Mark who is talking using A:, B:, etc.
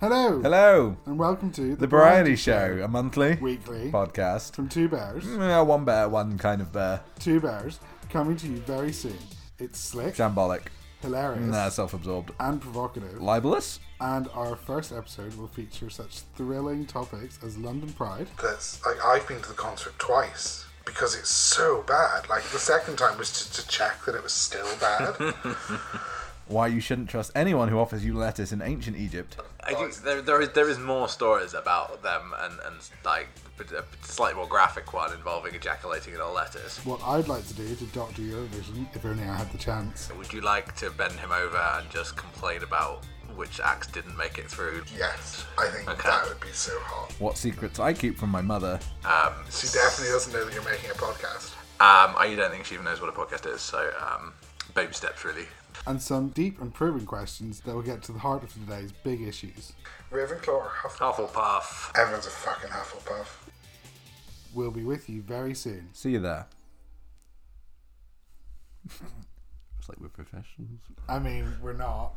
A: Hello.
B: Hello,
A: And welcome to
B: The Variety Show, a monthly
A: Weekly.
B: podcast. Mm,
A: From Two Bears.
B: Yeah, one bear, one kind of uh, bear.
A: Two Bears. Coming to you very soon. It's slick,
B: Shambolic.
A: hilarious,
B: Nah, self absorbed.
A: and provocative.
B: Libelous?
A: And our first episode will feature such thrilling topics as London Pride.
C: that's like I've been to the concert twice because it's so bad. Like the second time was just to check that it was still bad.
B: Why you shouldn't trust anyone who offers you lettuce in ancient Egypt.
D: I think there, there is there is more stories about them and and like a slightly more graphic one involving ejaculating in a lettuce.
A: What I'd like to do to Doctor Eurovision, if only I had the chance.
D: Would you like to bend him over and just complain about which acts didn't make it through?
C: yes, I think
D: Okay.
C: that would be so hot.
B: What secrets I keep from my mother.
D: Um,
C: She definitely doesn't know that you're making a podcast.
D: um, I don't think she even knows what a podcast is. So um, baby steps really.
A: And some deep and probing questions that will get to the heart of today's big issues.
C: Ravenclaw or
D: Oh.
C: Hufflepuff?
D: Hufflepuff.
C: Everyone's a fucking Hufflepuff.
A: We'll be with you very soon.
B: See you there. it's like we're professionals.
A: I mean, we're not.